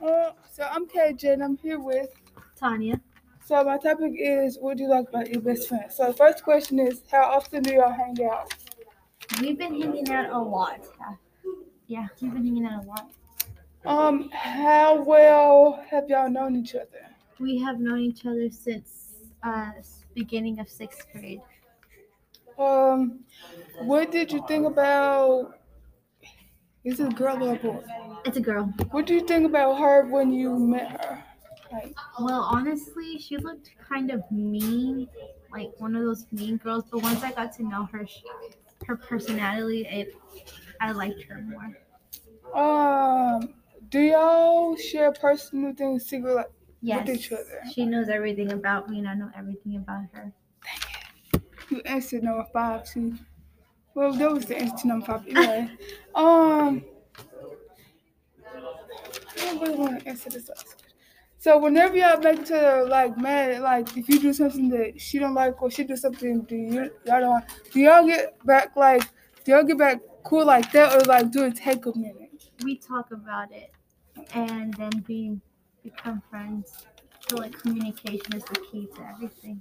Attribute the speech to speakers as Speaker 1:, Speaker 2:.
Speaker 1: Uh, So I'm KJ and I'm here with.
Speaker 2: Tanya.
Speaker 1: So my topic is, what do you like about your best friend? So the first question is, how often do y'all hang out?
Speaker 2: We've been hanging out a lot. Yeah, we've been hanging out a lot.
Speaker 1: Um, how well have y'all known each other?
Speaker 2: We have known each other since uh s- beginning of sixth grade.
Speaker 1: Um, what did you think about? Is it a girl or a boy?
Speaker 2: It's a girl.
Speaker 1: What do you think about her when you met her? Like,
Speaker 2: Well, honestly, she looked kind of mean, like one of those mean girls. But once I got to know her, she, her personality, it, I liked her more.
Speaker 1: um, do y'all share personal things, secret? Like,
Speaker 2: Yes,
Speaker 1: each other.
Speaker 2: she knows everything about me, and I know everything about her.
Speaker 1: you answered number five too. Well, that was the answer to number five anyway. um, I don't really want to answer this last question. So whenever y'all make each other like mad, like if you do something that she don't like or she do something do you y'all don't like, do y'all get back like do y'all get back cool like that or like do it take a minute?
Speaker 2: We talk about it, and then we become friends. So like communication is the key to everything.